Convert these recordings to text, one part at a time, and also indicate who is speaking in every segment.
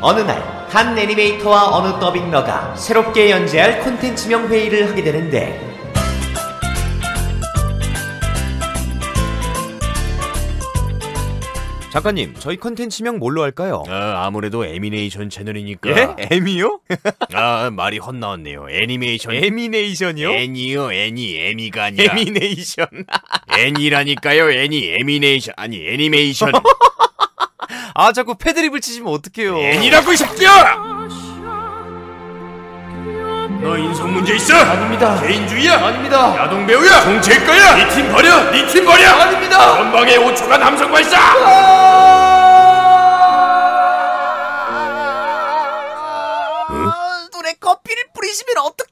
Speaker 1: 어느 날 한 애니메이터와 어느 더빙러가 새롭게 연재할 콘텐츠명 회의를 하게 되는데 작가님 저희 콘텐츠명 뭘로 할까요?
Speaker 2: 아, 아무래도 애니메이션 채널이니까.
Speaker 1: 에미요?
Speaker 2: 아, 말이 헛나왔네요. 애니메이션.
Speaker 1: 에미네이션이요?
Speaker 2: 애니요, 애니, 애미가 아니라.
Speaker 1: 에미네이션
Speaker 2: 애니라니까요, 애니, 애니메이션. 아니, 애니메이션.
Speaker 1: 아 자꾸 패드립을 치시면 어떡해요 음?
Speaker 2: 애니라고, 이 새끼야! 너 인성 문제 있어? 아닙니다. 개인주의야? 아닙니다. 야동 배우야? 정체일 거야? 네 팀 버려! 네 팀 버려! 아닙니다. 전방에 5초간 함성 발사!
Speaker 1: 아, 눈에 커피를 뿌리시면 어떡해요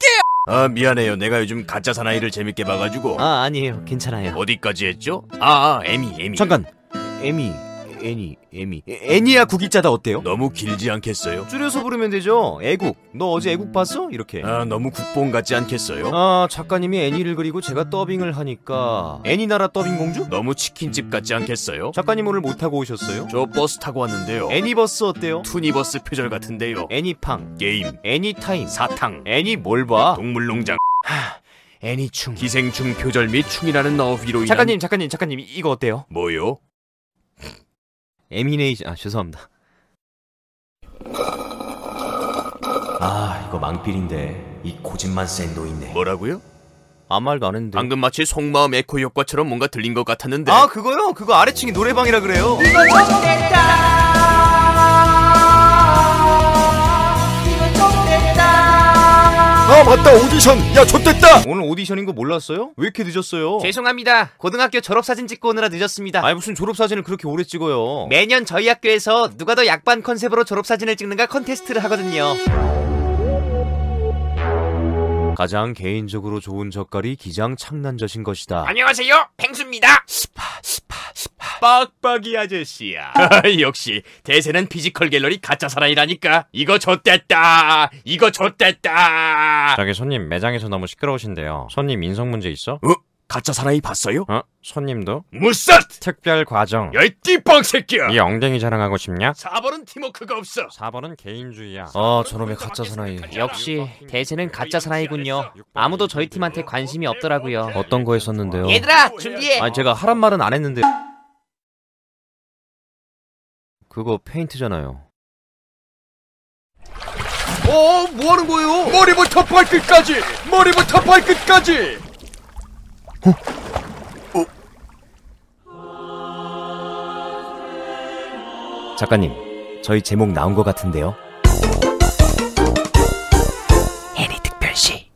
Speaker 2: 아, 미안해요. 내가 요즘 가짜 사나이를 재밌게 봐가지고.
Speaker 1: 아 아니에요 괜찮아요
Speaker 2: 어디까지 했죠? 아, 아, 애미, 애미.
Speaker 1: 잠깐 에미 애니 애미 애- 애니야 국기자다 어때요?
Speaker 2: 너무 길지 않겠어요?
Speaker 1: 줄여서 부르면 되죠 애국 너 어제 애국 봤어? 이렇게
Speaker 2: 아, 너무 국뽕 같지 않겠어요?
Speaker 1: 아 작가님이 애니를 그리고 제가 더빙을 하니까 애니나라 더빙공주?
Speaker 2: 너무 치킨집 같지 않겠어요?
Speaker 1: 작가님 오늘 못하고 오셨어요?
Speaker 2: 저 버스 타고 왔는데요.
Speaker 1: 애니버스 어때요?
Speaker 2: 투니버스 표절 같은데요.
Speaker 1: 애니팡
Speaker 2: 게임,
Speaker 1: 애니타임
Speaker 2: 사탕,
Speaker 1: 애니 뭘봐
Speaker 2: 동물농장,
Speaker 1: 아. 애니충
Speaker 2: 기생충 표절 및 충이라는 어휘로 인한
Speaker 1: 작가님 작가님 작가님 이거 어때요?
Speaker 2: 뭐요?
Speaker 1: 에미네이션 아 죄송합니다. 아 이거 망필인데 이 고집만 센 노인네.
Speaker 2: 뭐라고요?
Speaker 1: 아무 말도 안 했는데.
Speaker 2: 방금 마치 속마음 에코 효과처럼 뭔가 들린 것 같았는데
Speaker 1: 아 그거요? 그거 아래층이 노래방이라 그래요.
Speaker 2: 아 맞다 오디션 야 좆됐다
Speaker 1: 오늘 오디션인 거 몰랐어요? 왜 이렇게 늦었어요?
Speaker 3: 죄송합니다. 고등학교 졸업사진 찍고 오느라 늦었습니다.
Speaker 1: 아니 무슨 졸업 사진을 그렇게 오래 찍어요?
Speaker 3: 매년 저희 학교에서 누가 더 약반 컨셉으로 졸업사진을 찍는가 컨테스트를 하거든요.
Speaker 1: 가장 개인적으로 좋은 젓갈이 기장 창난젓인 것이다.
Speaker 2: 아.
Speaker 3: 안녕하세요. 펭수입니다.
Speaker 2: 빡빡이 아저씨야 역시 대세는 피지컬 갤러리 가짜 사나이라니까 이거 좆됐다 이거
Speaker 3: 아-
Speaker 2: 좆됐다
Speaker 1: 저기 손님 매장에서 너무 시끄러우신데요. 손님 인성 문제 있어?
Speaker 2: 어? 가짜 사나이 봤어요?
Speaker 1: 어? 손님도?
Speaker 2: 무삿!
Speaker 1: 특별 과정.
Speaker 2: 열띠빵
Speaker 3: 아-
Speaker 2: 새끼야
Speaker 1: 이 엉덩이 자랑하고 싶냐?
Speaker 2: 4번은 팀워크가 없어
Speaker 1: 4번은 개인주의야. 아 저놈의 가짜 사나이.
Speaker 3: 역시 대세는 가짜 사나이군요. 아무도 저희 팀한테 관심이 없더라고요.
Speaker 1: 어떤 거 했었는데요?
Speaker 3: 얘들아
Speaker 2: 예.
Speaker 3: 준비해.
Speaker 1: 네. 아 제가 하란 말은 안 했는데. 그거 페인트잖아요.
Speaker 2: 어, 뭐 하는 거예요? 머리부터 발끝까지! 머리부터 발끝까지!
Speaker 1: 작가님, 저희 제목 나온 것 같은데요.
Speaker 3: 해리 특별시.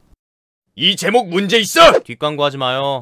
Speaker 2: 이 제목 문제 있어?
Speaker 1: 뒷광고하지 마요.